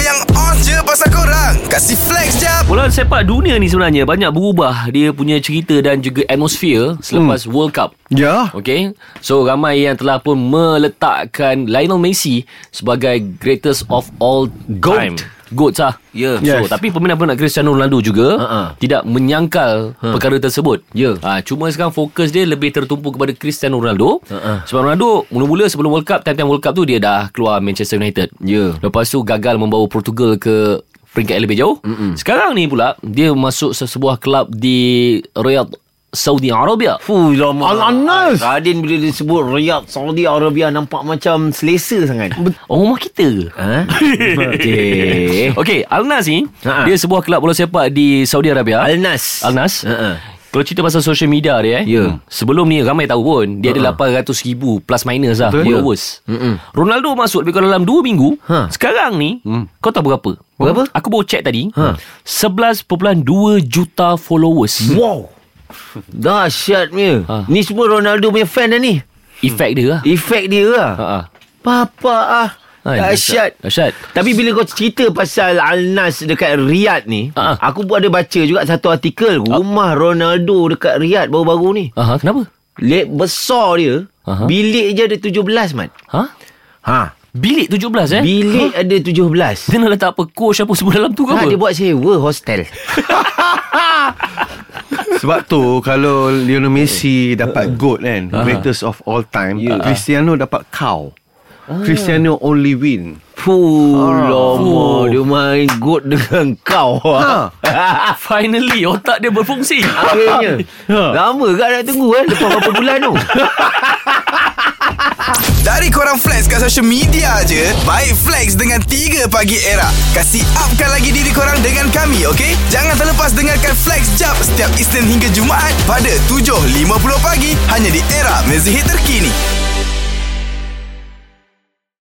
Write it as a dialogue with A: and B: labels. A: yang on je pasal korang Kasih flex jap
B: Bola sepak dunia ni sebenarnya banyak berubah dia punya cerita dan juga atmosfer selepas hmm. World Cup.
C: Ya.
B: Okay So ramai yang telah pun meletakkan Lionel Messi Sebagai greatest of all time Goat lah yeah. yes.
C: Yes.
B: So tapi peminat-peminat Cristiano Ronaldo juga
D: Ya. Ha-ha. Ha.
B: Tidak menyangkal perkara tersebut
D: Ya.
B: ha, Cuma sekarang fokus dia lebih tertumpu kepada Cristiano Ronaldo
D: Ha-ha.
B: Sebab Ronaldo mula-mula sebelum World Cup Time-time World Cup tu dia dah keluar Manchester United
D: Ya.
B: Lepas tu gagal membawa Portugal ke peringkat yang lebih jauh Mm-mm. Sekarang ni pula Dia masuk se- sebuah kelab di Riyadh Saudi Arabia
D: Fuh, lama.
C: Al-Anas.
D: Radin bila disebut Riyadh, Saudi Arabia nampak macam selesa sangat.
B: Orang rumah kita ke?
D: Ha? Okey.
B: Okay, Al-Nas ni
D: Eh. Ha-ha.
B: Dia sebuah kelab bola sepak di Saudi Arabia
D: Al-Nas.
B: Alnas
D: Ha-ha.
B: Kalau cerita pasal social media dia eh
D: Ya.
B: Sebelum ni ramai tahu pun Dia uh-uh. ada 800 ribu Plus minus lah
D: Betul.
B: Followers Ronaldo masuk Lebih kurang dalam 2 minggu
D: Ha.
B: Sekarang ni Kau tahu berapa?
D: Berapa?
B: Aku baru check tadi
D: Ha.
B: 11.2 juta followers
D: Wow. Dahsyat punya.
B: Ha.
D: Ni semua Ronaldo punya fan dah ni.
B: Efek dia lah
D: Efek dia lah.
B: Ha-ha.
D: Papa ah.
B: Hai,
D: Dahsyat.
B: ya, Dahsyat
D: Tapi bila kau cerita pasal Al-Nas dekat Riyadh ni,
B: Ha.
D: aku pun ada baca juga satu artikel rumah Ronaldo dekat Riyadh baru-baru ni.
B: Aha, Ha, Kenapa?
D: Lek besar dia,
B: Aha.
D: bilik je ada 17 mat.
B: Ha?
D: Ha.
B: Bilik 17 eh?
D: Bilik ada 17.
B: Dia nak letak apa? Coach apa semua dalam tu ke
D: Ha,
B: apa?
D: dia buat sewa hostel.
C: Sebab tu Kalau Lionel Messi Dapat GOAT kan Greatest of all time Cristiano dapat cow Cristiano only win
D: Fuh, lama dia main good dengan kau.
C: Ha.
B: Finally otak dia berfungsi
D: Akhirnya.
B: Ha.
D: Lama kat nak tunggu kan lepas berapa bulan tu.
A: Dari korang flex kat social media je Baik flex dengan 3 pagi era Kasih upkan lagi diri korang dengan kami okay? Jangan terlepas dengarkan flex jap Setiap Isnin hingga Jumaat Pada 7.50 pagi Hanya di era mezihit terkini